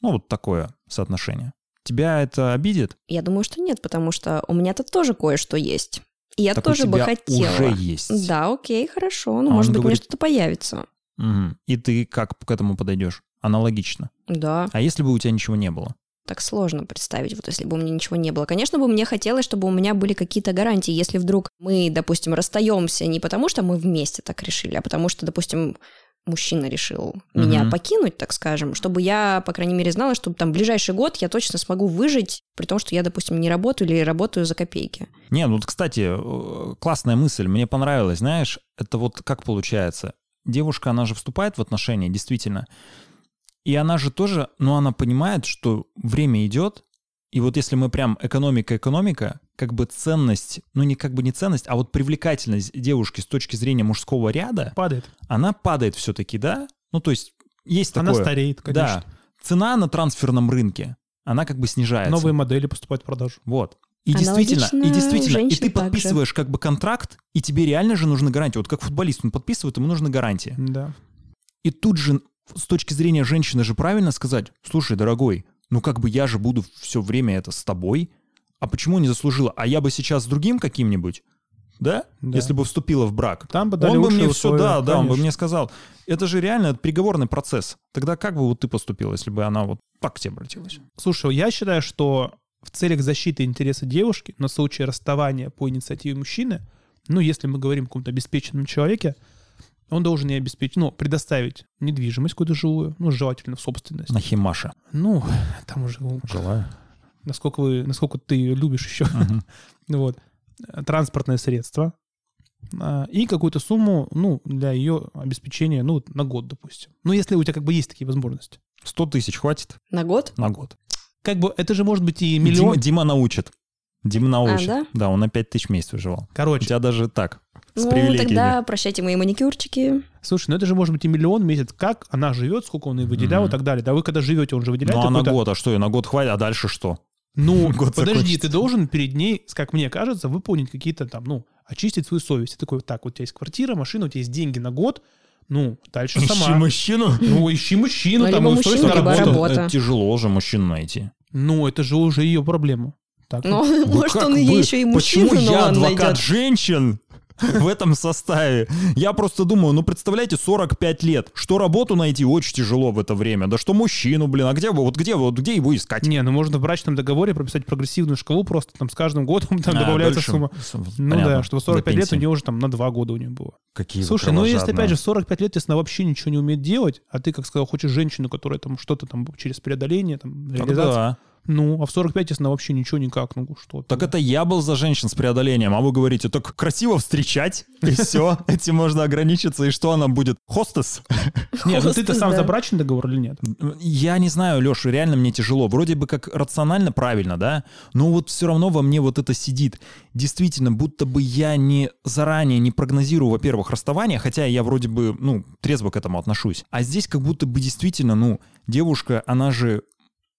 Ну вот такое соотношение. Тебя это обидит?
Я думаю, что нет, потому что у меня-то тоже кое-что есть. И я
Так у
тоже бы
тебя
хотела.
уже есть.
Да, окей, хорошо. Ну,
А он
может быть, у меня
говорит-
что-то появится.
Мгм. И ты как к этому подойдешь? Аналогично.
Да,
А если бы у тебя ничего не было?
так сложно представить, вот если бы у меня ничего не было. Конечно бы мне хотелось, чтобы у меня были какие-то гарантии, если вдруг мы, допустим, расстаемся не потому, что мы вместе так решили, а потому что, допустим, мужчина решил меня
Мгм.
покинуть, так скажем, чтобы я, по крайней мере, знала, что там ближайший год я точно смогу выжить, при том, что я, допустим, не работаю или работаю за копейки.
Не, ну вот, кстати, э, классная мысль, мне понравилась, знаешь, это вот как получается. Девушка, она же вступает в отношения, действительно, и она же тоже, ну, она понимает, что время идет, и вот если мы прям экономика-экономика, как бы ценность, ну не как бы не ценность, а вот привлекательность девушки с точки зрения мужского ряда,
Падает.
она падает все-таки, да? Ну, то есть есть такое.
Она стареет, конечно.
Да. Цена на трансферном рынке, она как бы снижается.
Новые модели поступают в продажу.
Вот. И
Аналогично
действительно, и
у
действительно, и
женщин
ты
также.
подписываешь как бы контракт, и тебе реально же нужны гарантии. Вот как футболист, он подписывает, ему нужны гарантии.
Да.
И тут же с точки зрения женщины же правильно сказать, слушай, дорогой, ну как бы я же буду все время это с тобой, а почему не заслужила? А я бы сейчас с другим каким-нибудь, да?
Да.
Если бы вступила в брак.
Там бы дали
он бы
лучшие
мне все,
условия,
да, да, он бы
конечно.
мне сказал. Это же реально это переговорный процесс. Тогда как бы вот ты поступил, если бы она вот так к тебе обратилась?
Слушай, я считаю, что в целях защиты интереса девушки на случай расставания по инициативе мужчины, ну, если мы говорим о каком-то обеспеченном человеке, он должен ей обеспечить, ну, предоставить недвижимость какую-то жилую, ну, желательно в собственность.
Нахимаша.
Ну, там уже ну,
Желаю.
насколько, вы, насколько ты ее любишь еще. Вот. Э, Транспортное средство а, и какую-то сумму, ну, для ее обеспечения, ну, вот на год, допустим. Ну, если у тебя как бы есть такие возможности.
100 тысяч хватит
На год?
на год.
Как бы это же может быть и
Миллион.
миллион.
Дима, научит. Дим Наушин.
А, да?
да, он на 5 тысяч в месяц выживал. У
Короче,
тебя даже так, с
ну,
привилегиями.
тогда прощайте мои маникюрчики.
слушай, ну это же может быть и миллион в месяц. Как она живет, сколько он и выделял
Мгм.
и так далее. Да вы когда живете, он же выделяет
Ну а на
какой-то-
год, а что, и на год хватит, а дальше что?
Ну,
Год
подожди,
закончится.
ты должен перед ней, с- как мне кажется, выполнить какие-то там, ну, очистить свою совесть. Ты такой, так, вот у тебя есть квартира, машина, у тебя есть деньги на год, ну, дальше сама.
мужчину?
Ну, ищи мужчину,
Ну,
там,
либо
устройся
мужчину,
на
либо
работу.
работу.
Это э, тяжело же мужчин найти.
Ну, это же уже ее проблема. Так,
Ну,
Да
может,
как
он
вы?
ей еще и мужчину,
Почему
но
я
он
адвокат
найдет.
женщин в этом составе? Я просто думаю, ну представляете, 45 лет, что работу найти очень тяжело в это время, да что мужчину, блин, а где вы, вот где вы, вот где его искать?
Не, ну можно в брачном договоре прописать прогрессивную шкалу, просто там с каждым годом там
А,
добавляется
дольше?
сумма.
С-
Ну
понятно,
да, что в 45
до
лет у
пенсии.
нее уже там на 2 года у нее было.
Какие вы
Слушай, ну если
кровожадные.
опять же в 45 лет, если она вообще ничего не умеет делать, а ты, как сказал, хочешь женщину, которая там что-то там через преодоление, там,
Так
реализацию,
да.
Ну, а в 45 если она вообще ничего никак, ну что ты.
Так это я был за женщин с преодолением, а вы говорите, так красиво встречать, и все, этим можно ограничиться, и что она будет? Хостес?
Нет, ну
Хостес,
ты-то сам
да.
за брачный договор или нет?
Я не знаю, Леша, реально мне тяжело. Вроде бы как рационально правильно, да? Но вот все равно во мне вот это сидит. Действительно, будто бы я не заранее не прогнозирую, во-первых, расставание, хотя я вроде бы, ну, трезво к этому отношусь. А здесь как будто бы действительно, ну, девушка, она же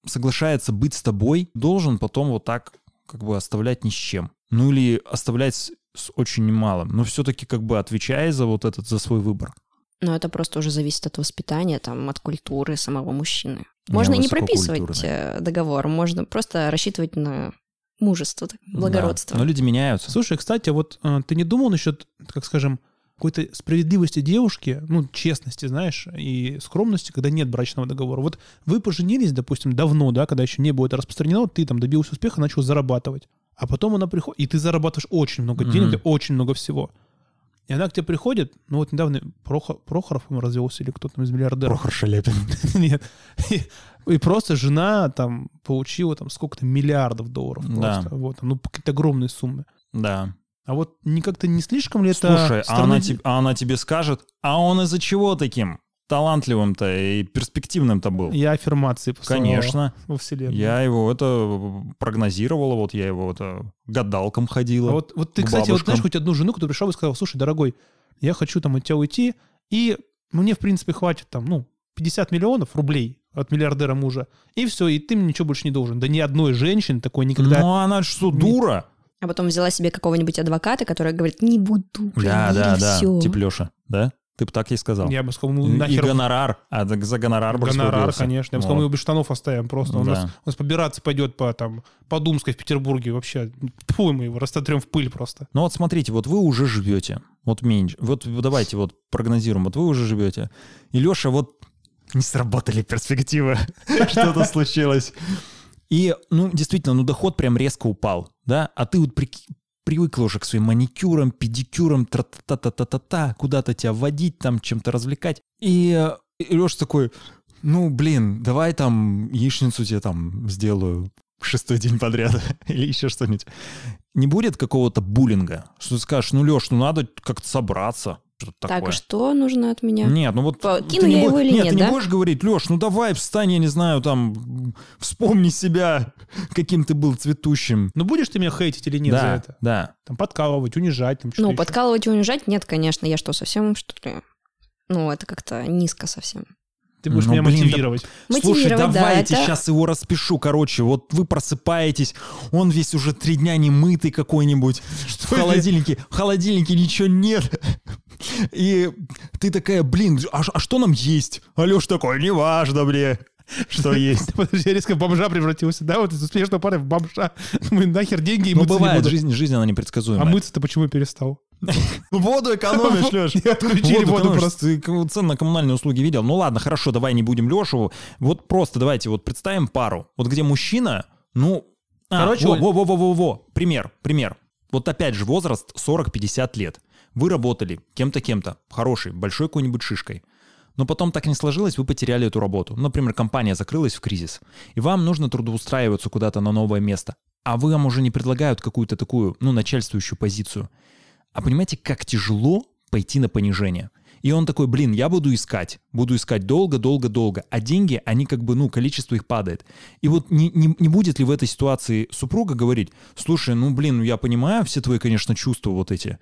соглашается быть с тобой, должен потом вот так как бы оставлять ни с чем. Ну или оставлять с, с очень немалым. Но все-таки как бы отвечая за вот этот, за свой выбор.
Но Ну, это просто уже зависит от воспитания, там, от культуры самого мужчины. Можно и не прописывать
высококультурный.
э, договор, можно просто рассчитывать на мужество, так,
Да. Ну,
благородство.
Но люди меняются.
Слушай, кстати, вот э, ты не думал насчет, как скажем, какой-то справедливости девушки, ну, честности, знаешь, и скромности, когда нет брачного договора. Вот вы поженились, допустим, давно, да, когда еще не было это распространено, ты там добился успеха, начал зарабатывать. А потом она приходит, и ты зарабатываешь очень много
Мгм.
денег, очень много всего. И она к тебе приходит, ну вот недавно Прохо- Прохоров, по-моему, развелся, или кто-то там из миллиардеров.
Прохор Шаляпин.
Нет. И, и просто жена там получила там сколько-то миллиардов долларов
Да.
просто. Вот, ну, какие-то огромные суммы.
Да.
А вот не как-то не слишком ли это...
Слушай, а
стороны-
она, тебе, а она тебе скажет, а он из-за чего таким талантливым-то и перспективным-то был?
Я аффирмации посылал
Конечно.
во вселенную. А
Я его это прогнозировала, вот я его это гадалкам
А
ходила.
вот, вот ты,
к
кстати, вот
бабушкам.
знаешь хоть одну жену, которая пришла и сказала, слушай, дорогой, я хочу там от тебя уйти, и мне, в принципе, хватит там, ну, 50 миллионов рублей от миллиардера мужа, и все, и ты мне ничего больше не должен. Да ни одной женщины такой никогда...
Ну она ж что,
Не-
дура?
А потом взяла себе какого-нибудь адвоката, который говорит, не буду,
Да, да, да.
все.
Типа Леша, да? Ты бы так ей сказал.
Я бы сказал, ну,
И
нахер
гонорар. А так за гонорар бы
Гонорар,
распорился.
конечно. Я бы сказал,
Вот.
мы его без штанов оставим просто. Он
Да.
у, нас, у нас побираться пойдет по, там, по Думской в Петербурге вообще. Фу, мы его растотрем в пыль просто.
Ну вот смотрите, вот вы уже живете, вот меньше, вот давайте вот прогнозируем, вот вы уже живете, и Леша вот не сработали перспективы, что-то случилось. И, ну, действительно, ну, доход прям резко упал, да, а ты вот прики- привыкла уже к своим маникюрам, педикюрам, тра-та-та-та-та-та, куда-то тебя водить, там чем-то развлекать. И, э, и Леша такой, ну, блин, давай там яичницу тебе там сделаю шестой день подряд или еще что-нибудь не будет какого-то буллинга? Что ты скажешь, ну, Леш, ну надо как-то собраться. Что-то
Так,
такое.
а что нужно от меня?
Нет, ну вот...
По-
ты
кину
не
я
бо-
его или нет,
ты
да?
не будешь говорить, Леш, ну давай встань, я не знаю, там, м, вспомни себя, каким ты был цветущим.
Ну будешь ты меня хейтить или нет
да,
за это?
да.
Там подкалывать, унижать, там что-то
Ну,
еще.
подкалывать и унижать? Нет, конечно, я что, совсем что ли? Ну, это как-то низко совсем.
Ты будешь
Ну,
меня
блин, да-
мотивировать.
Слушай,
Мотивировать, да,
давайте
это-
сейчас его распишу. Короче, вот вы просыпаетесь, он весь уже три дня не мытый какой-нибудь. В
это?
холодильнике, в холодильнике ничего нет. И ты такая, блин, а, ш- а что нам есть? А Леша такой, неважно мне, что есть.
Ты Подожди, я резко в бомжа превратился, да? Вот из успешного парня в бомжа. Мы нахер деньги и
Ну,
мыться не
бывает,
буду.
жизнь, жизнь, она непредсказуемая.
А Ну, мыться-то почему перестал?
Воду экономишь, Леш.
А Я отключили воду
экономишь.
просто.
Ты к- цен на коммунальные услуги видел. Ну ладно, хорошо, давай не будем Лешу. Вот просто давайте вот представим пару. Вот где мужчина, ну... а,
Короче,
во,
он-
во, во, во, во, во. Пример, пример. Вот опять же возраст 40-50 лет. Вы работали кем-то, кем-то. Хороший, большой какой-нибудь шишкой. Но потом так не сложилось, вы потеряли эту работу. Например, компания закрылась в кризис. И вам нужно трудоустраиваться куда-то на новое место. А вы вам уже не предлагают какую-то такую, ну, начальствующую позицию. А понимаете, как тяжело пойти на понижение. И он такой, блин, я буду искать, буду искать долго-долго-долго, а деньги, они как бы, ну, количество их падает. И вот не, не, не будет ли в этой ситуации супруга говорить, слушай, ну, блин, я понимаю все твои, конечно, чувства вот эти.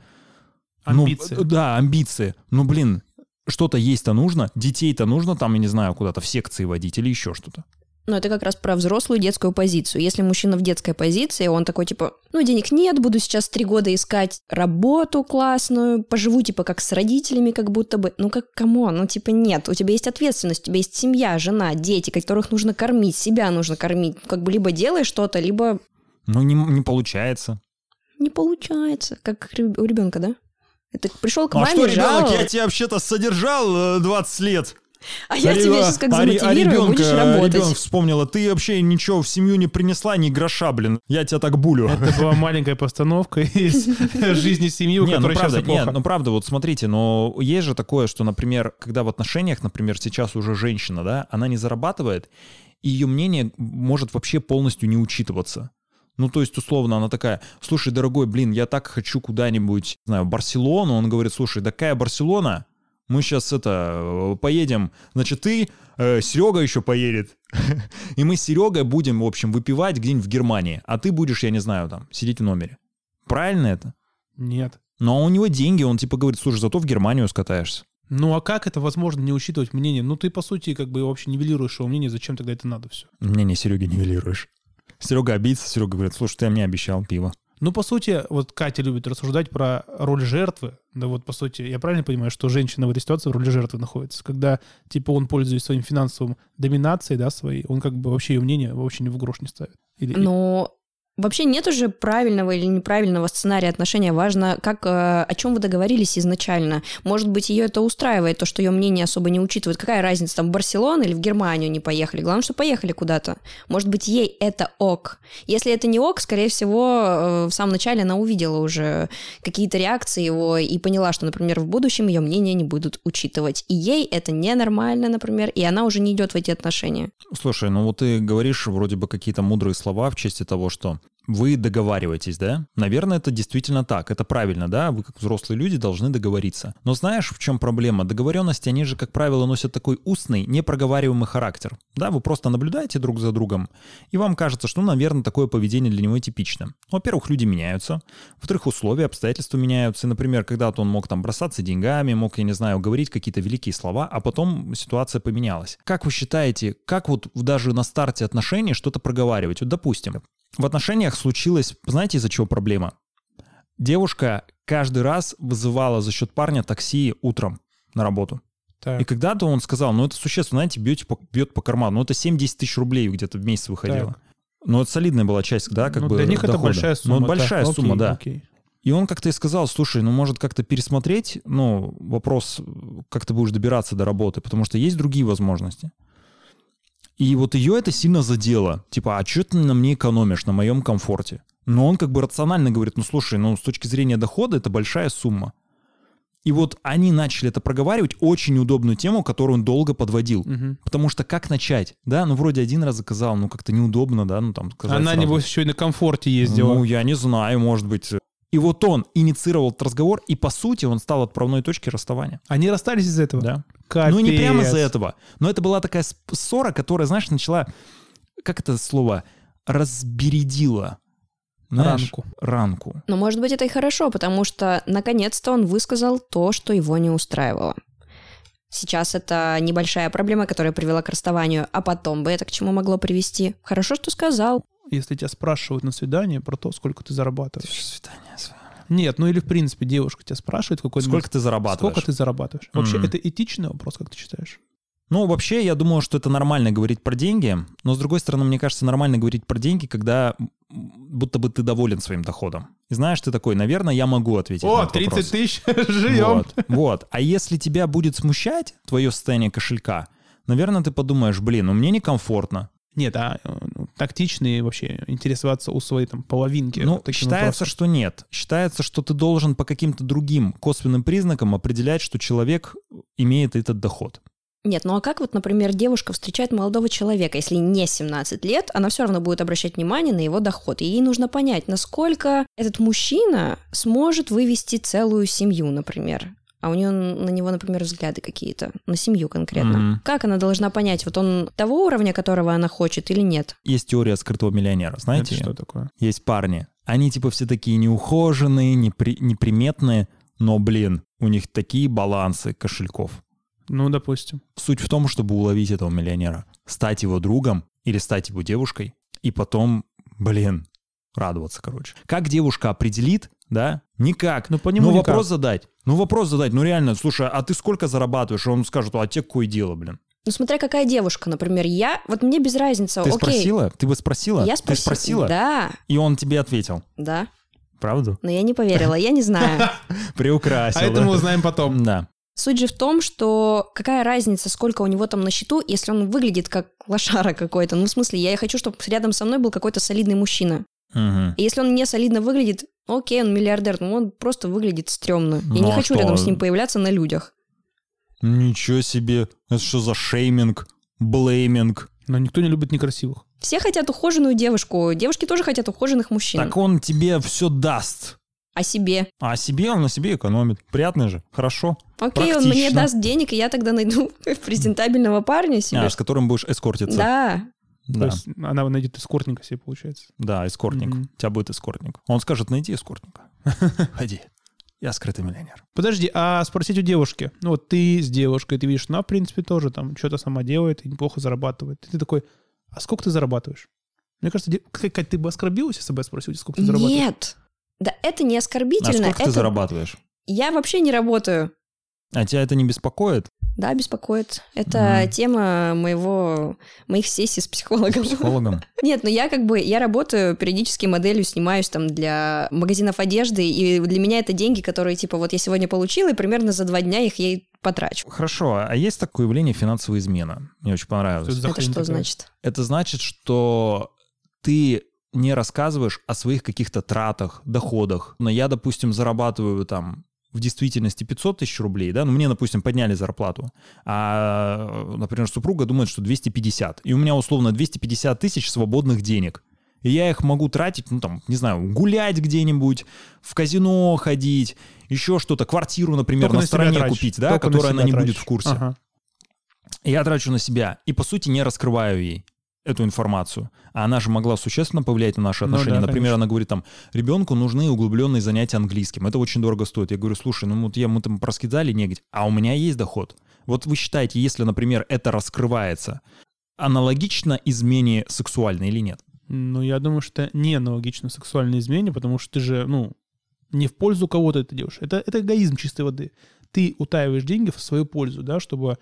Ну,
Амбиции.
да, амбиции. Ну, блин, что-то есть-то нужно, детей-то нужно, там, я не знаю, куда-то в секции водить или еще что-то.
Но это как раз про взрослую детскую позицию. Если мужчина в детской позиции, он такой типа, ну денег нет, буду сейчас три года искать работу классную, поживу типа как с родителями, как будто бы. Ну как, кому? Ну типа нет, у тебя есть ответственность, у тебя есть семья, жена, дети, которых нужно кормить, себя нужно кормить. Как бы либо делай что-то, либо
Ну, не, не получается.
не получается, как реб- у ребенка, да? Это пришел к
а
маме,
что, ребенок,
жаловался,
я тебя вообще-то содержал э, 20 лет.
а я тебя сейчас как
А ре- а
замотивирую,
ребенка-
будешь
Ребенок
работать.
вспомнила, ты вообще ничего в семью не принесла, ни гроша, блин. Я тебя так булю.
Это была маленькая постановка из жизни семьи, у
Не, ну
которой сейчас
правда, нет,
эпоха.
ну правда, вот смотрите, но есть же такое, что, например, когда в отношениях, например, сейчас уже женщина, да, она не зарабатывает, и ее мнение может вообще полностью не учитываться. Ну, то есть, условно, она такая, слушай, дорогой, блин, я так хочу куда-нибудь, не знаю, в Барселону. Он говорит, слушай, такая Барселона, мы сейчас это э, поедем, значит, ты, э, Серега еще поедет. И мы с Серегой будем, в общем, выпивать где-нибудь в Германии. А ты будешь, я не знаю, там, сидеть в номере. Правильно это?
Нет.
Но у него деньги, он типа говорит, слушай, зато в Германию скатаешься.
Ну а как это возможно не учитывать мнение? Ну ты, по сути, как бы вообще нивелируешь его мнение, зачем тогда это надо все?
Мнение Сереги нивелируешь. Серега обидится, Серега говорит, слушай, ты мне обещал пиво.
Ну, по сути, вот Катя любит рассуждать про роль жертвы. Да вот, по сути, я правильно понимаю, что женщина в этой ситуации в роли жертвы находится? Когда, типа, он, пользуясь своим финансовым доминацией, да, своей, он как бы вообще ее мнение вообще ни в грош не ставит. Или...
Ну, Но вообще нет уже правильного или неправильного сценария отношения. Важно, как, э, о чем вы договорились изначально. Может быть, ее это устраивает, то, что ее мнение особо не учитывают. Какая разница, там, в Барселону или в Германию не поехали? Главное, что поехали куда-то. Может быть, ей это ок. Если это не ок, скорее всего, э, в самом начале она увидела уже какие-то реакции его и поняла, что, например, в будущем ее мнение не будут учитывать. И ей это ненормально, например, и она уже не идет в эти отношения.
Слушай, ну вот ты говоришь вроде бы какие-то мудрые слова в честь того, что вы договариваетесь, да? Наверное, это действительно так, это правильно, да? Вы как взрослые люди должны договориться. Но знаешь, в чем проблема? Договоренности, они же, как правило, носят такой устный, непроговариваемый характер. Да, вы просто наблюдаете друг за другом, и вам кажется, что, ну, наверное, такое поведение для него типично. Во-первых, люди меняются, во-вторых, условия, обстоятельства меняются. И, Например, когда-то он мог там бросаться деньгами, мог, я не знаю, говорить какие-то великие слова, а потом ситуация поменялась. Как вы считаете, как вот в- даже на старте отношений что-то проговаривать? Вот, допустим, в отношениях случилась, знаете, из-за чего проблема? Девушка каждый раз вызывала за счет парня такси утром на работу.
Так,
И когда-то он сказал, ну это существенно, знаете, бьете по- бьет по карману. Ну это 7-10 тысяч рублей где-то в месяц выходило.
так.
Ну это солидная была часть, да, как
Ну,
бы
для них это
дохода.
большая сумма.
Ну, большая
так,
сумма,
окей,
да.
окей.
И он как-то и сказал, слушай, ну может как-то пересмотреть, ну вопрос, как ты будешь добираться до работы, потому что есть другие возможности. И вот ее это сильно задело. Типа, а что ты на мне экономишь, на моем комфорте? Но он как бы рационально говорит, ну слушай, ну с точки зрения дохода это большая сумма. И вот они начали это проговаривать, очень удобную тему, которую он долго подводил.
Мгм.
Потому что как начать? Да, ну вроде один раз заказал, ну как-то неудобно, да, ну там сказать
Она,
сразу.
небось, еще и на комфорте ездила.
Ну, я не знаю, может быть. э. И вот он инициировал этот разговор, и по сути он стал отправной точкой расставания.
Они расстались из-за этого?
Да.
Капец.
Ну, не прямо из-за этого. Но это была такая сп- ссора, которая, знаешь, начала, как это слово, разбередила. знаешь,
Ранку.
Ранку.
Но, может быть, это и хорошо, потому что наконец-то он высказал то, что его не устраивало. Сейчас это небольшая проблема, которая привела к расставанию, а потом бы это к чему могло привести. Хорошо, что сказал.
Если тебя спрашивают на свидании про то, сколько ты зарабатываешь.
Свидание с вами.
Нет, ну или, в принципе, девушка тебя спрашивает в какой-то
Сколько ты
момент,
зарабатываешь?
сколько ты зарабатываешь. Вообще,
Мгм.
это этичный вопрос, как ты считаешь?
Ну, вообще, я думаю, что это нормально говорить про деньги, но, с другой стороны, мне кажется, нормально говорить про деньги, когда м, будто бы ты доволен своим доходом. И знаешь, ты такой, наверное, я могу ответить на
О,
этот вопрос».
30 тысяч, живем.
Вот, вот. А если тебя будет смущать твое состояние кошелька, наверное, ты подумаешь, блин, ну мне некомфортно.
Нет, а э, ну, тактичные вообще интересоваться у своей там половинки.
Ну,
таким
считается,
вопросом.
что нет. Считается, что ты должен по каким-то другим косвенным признакам определять, что человек имеет этот доход.
Нет, ну а как вот, например, девушка встречает молодого человека, если не 17 лет, она все равно будет обращать внимание на его доход. И ей нужно понять, насколько этот мужчина сможет вывести целую семью, например. а у нее на него, например, взгляды какие-то, на семью конкретно.
Мгм.
Как она должна понять, вот он того уровня, которого она хочет или нет?
Есть теория скрытого миллионера, знаете?
Это что такое?
Есть парни. Они типа все такие неухоженные, непри- неприметные, но, блин, у них такие балансы кошельков.
Ну, допустим.
Суть в том, чтобы уловить этого миллионера, стать его другом или стать его девушкой, и потом, блин, радоваться, короче. Как девушка определит, да? Никак.
Ну, по нему
ну,
никак.
вопрос задать. Ну, вопрос задать. Ну, реально, слушай, а ты сколько зарабатываешь? И Он скажет, а тебе какое дело, блин?
Ну, смотря какая девушка, например, я, вот мне без разницы,
Ты
Э, окей.
спросила? Ты бы спросила?
Я
Ты спросила?
Да,
И он тебе ответил.
да.
Правду?
Но я не поверила, я не знаю.
Приукрасил.
А это
да?
мы узнаем потом.
Да.
Суть же в том, что какая разница, сколько у него там на счету, если он выглядит как лошара какой-то. Ну, в смысле, я хочу, чтобы рядом со мной был какой-то солидный мужчина.
Мгм.
И если он не солидно выглядит, окей, он миллиардер, но он просто выглядит стрёмно. Я
Ну,
не
а
хочу
что?
рядом с ним появляться на людях.
Ничего себе. Это что за шейминг? Блейминг?
Но никто не любит некрасивых.
Все хотят ухоженную девушку, девушки тоже хотят ухоженных мужчин.
Так он тебе все даст.
А себе?
А себе он на себе экономит. Приятно же. Хорошо.
Окей, он
Практично.
мне даст денег, и я тогда найду презентабельного парня себе.
А, с которым будешь эскортиться.
да.
Да,
То есть она найдет эскортника себе, получается.
Да, эскортник.
Мгм.
У тебя будет эскортник. Он скажет, найди эскортника. Ходи. Я скрытый миллионер.
Подожди, а спросить у девушки? Ну вот ты с девушкой, ты видишь, ну, в принципе, тоже там что-то сама делает и неплохо зарабатывает. И ты такой, а сколько ты зарабатываешь? Мне кажется, де- Кать, Кать, ты бы оскорбилась, если бы я спросил, сколько ты зарабатываешь?
Нет. Да это не
А
оскорбительно.
сколько ты
это-
зарабатываешь?
Я вообще не работаю.
А тебя это не беспокоит?
Да, беспокоит. Это
Мгм.
тема моего, моих сессий с
С
психологом.
психологом?
Нет, ну я как бы, я работаю периодически моделью, снимаюсь там для магазинов одежды, и для меня это деньги, которые, типа, вот я сегодня получила, и примерно за два дня их ей потрачу.
Хорошо, а есть такое явление финансовая измена? Мне очень понравилось.
за
это
хрень
что
такая?
значит?
Это значит, что ты не рассказываешь о своих каких-то тратах, доходах. Но я, допустим, зарабатываю там в действительности 500 тысяч рублей, да, ну мне, допустим, подняли зарплату, а, например, супруга думает, что 250, и у меня условно 250 тысяч свободных денег, и я их могу тратить, ну там, не знаю, гулять где-нибудь, в казино ходить, еще что-то, квартиру, например,
Только
на,
себя
стороне
трачешь.
купить, да,
Только на
которая
себя
она не будет
трачешь.
в курсе.
Ага.
Я трачу на себя и, по сути, не раскрываю ей эту информацию. А она же могла существенно повлиять на наши
Ну да,
отношения. Например,
конечно.
она говорит там, ребенку нужны углубленные занятия английским. Это очень дорого стоит. Я говорю, слушай, ну вот я, мы там проскидали негде, а у меня есть доход. Вот вы считаете, если, например, это раскрывается, аналогично измене сексуальной или нет?
Ну, я думаю, что не аналогично сексуальной измене, потому что ты же, ну, не в пользу кого-то это делаешь. Это, это эгоизм чистой воды. Ты утаиваешь деньги в свою пользу, да, чтобы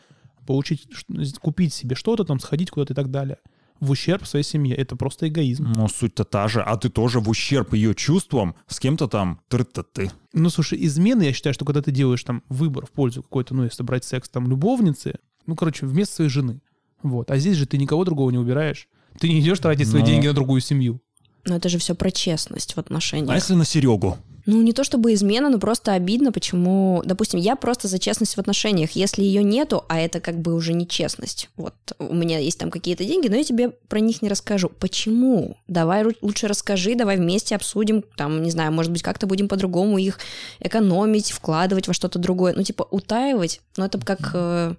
получить, ш- купить себе что-то, там, сходить куда-то и так далее. В ущерб своей семье. Это просто эгоизм.
Но «Ну, суть-то та же. А ты тоже в ущерб ее чувствам с кем-то там ты ты
Ну, слушай, измены, я считаю, что когда ты делаешь там выбор в пользу какой-то, ну, если брать секс там любовницы, ну, короче, вместо своей жены. Вот. А здесь же ты никого другого не убираешь. Ты не идешь тратить свои
Ну.
деньги на другую семью.
Но Ну, это же все про честность в отношениях.
А если на Серегу?
Ну, не то чтобы измена, но просто обидно, почему... Допустим, я просто за честность в отношениях. Если ее нету, а это как бы уже не честность. Вот у меня есть там какие-то деньги, но я тебе про них не расскажу. Почему? Давай ру- лучше расскажи, давай вместе обсудим, там, не знаю, может быть, как-то будем по-другому их экономить, вкладывать во что-то другое. Ну, типа, утаивать, ну, это как э,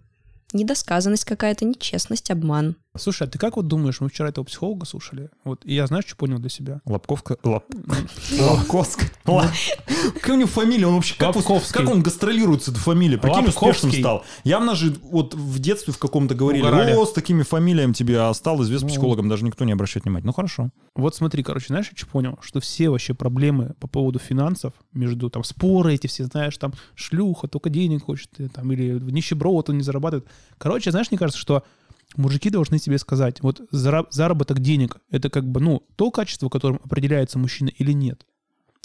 недосказанность какая-то, нечестность, обман.
Слушай, а ты как вот думаешь, мы вчера этого психолога слушали? Вот, и я знаешь, что понял для себя?
Лобковка... Лоб... Лобковск. Ла- Какая у него фамилия? Он вообще как, он-
Ну. Лобковский.
как он гастролируется эту фамилию? Прикинь,
Лобковский.
успешным стал. Явно же вот в детстве в каком-то говорили,
Угорали.
о, с такими фамилиями тебе а стал известным
Ну.
психологом, даже никто не обращает внимания. Ну хорошо.
Вот смотри, короче, знаешь, я что понял? Что все вообще проблемы по поводу финансов, между там споры эти все, знаешь, там шлюха только денег хочет, э, там, или нищеброд он не зарабатывает. Короче, знаешь, мне кажется, что мужики должны тебе сказать, вот зара- заработок денег, это как бы, ну, то качество, которым определяется мужчина или нет.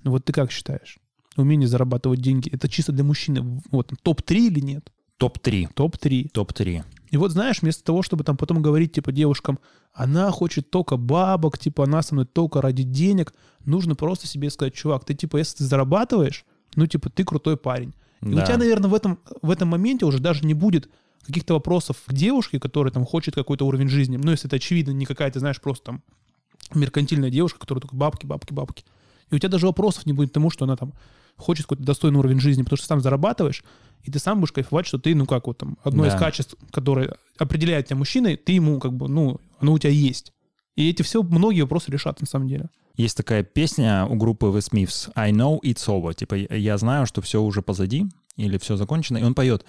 Ну вот ты как считаешь? Умение зарабатывать деньги, это чисто для мужчины, вот, топ-3 или нет?
Топ-3.
Топ-3.
Топ-3.
И вот, знаешь, вместо того, чтобы там потом говорить, типа, девушкам, она хочет только бабок, типа, она со мной только ради денег, нужно просто себе сказать, чувак, ты, типа, если ты зарабатываешь, ну, типа, ты крутой парень. И у
Да.
тебя, наверное, в этом, в этом моменте уже даже не будет каких-то вопросов к девушке, которая там хочет какой-то уровень жизни. Ну, если это, очевидно, не какая-то, знаешь, просто там меркантильная девушка, которая только бабки, бабки, бабки. И у тебя даже вопросов не будет к тому, что она там хочет какой-то достойный уровень жизни, потому что сам зарабатываешь, и ты сам будешь кайфовать, что ты, ну как вот там, одно
Да.
из качеств, которое определяет тебя мужчиной, ты ему как бы, ну, оно у тебя есть. И эти все, многие вопросы решат на самом деле.
Есть такая песня у группы The Smiths «I know it's over». Типа «Я знаю, что все уже позади» или «Все закончено». И он поет,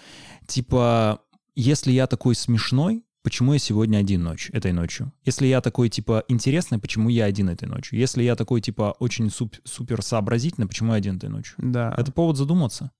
типа «Если я такой смешной, почему я сегодня один ночь, этой ночью? Если я такой, типа, интересный, почему я один этой ночью? Если я такой, типа, очень суп- супер сообразительный, почему я один этой ночью?»
Да,
Это повод задуматься.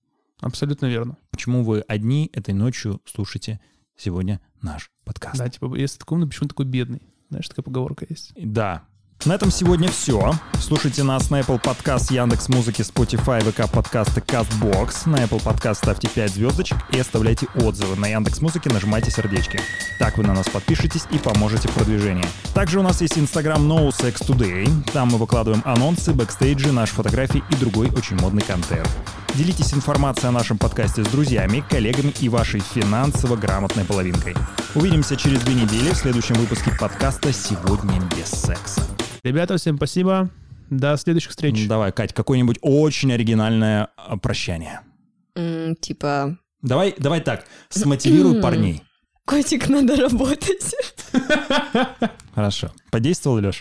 абсолютно верно.
Почему вы одни этой ночью слушаете сегодня наш подкаст?
Да, типа, если такой умный, почему ты такой бедный? Знаешь, такая поговорка есть.
Да. На этом сегодня все. Слушайте нас на Apple Podcast, Яндекс Музыки, Spotify, ВК подкасты, Castbox. На Apple Podcast ставьте 5 звездочек и оставляйте отзывы. На Яндекс Музыке нажимайте сердечки. Так вы на нас подпишетесь и поможете в продвижении. Также у нас есть Instagram NoSexToday. Там мы выкладываем анонсы, бэкстейджи, наши фотографии и другой очень модный контент. Делитесь информацией о нашем подкасте с друзьями, коллегами и вашей финансово грамотной половинкой. Увидимся через две недели в следующем выпуске подкаста «Сегодня без секса».
Ребята, всем спасибо. До следующих встреч.
Давай, Кать, какое-нибудь очень оригинальное а, прощание.
М, типа,
Давай, давай так, смотивируй парней.
котик, надо работать.
Хорошо. Подействовал, Леш?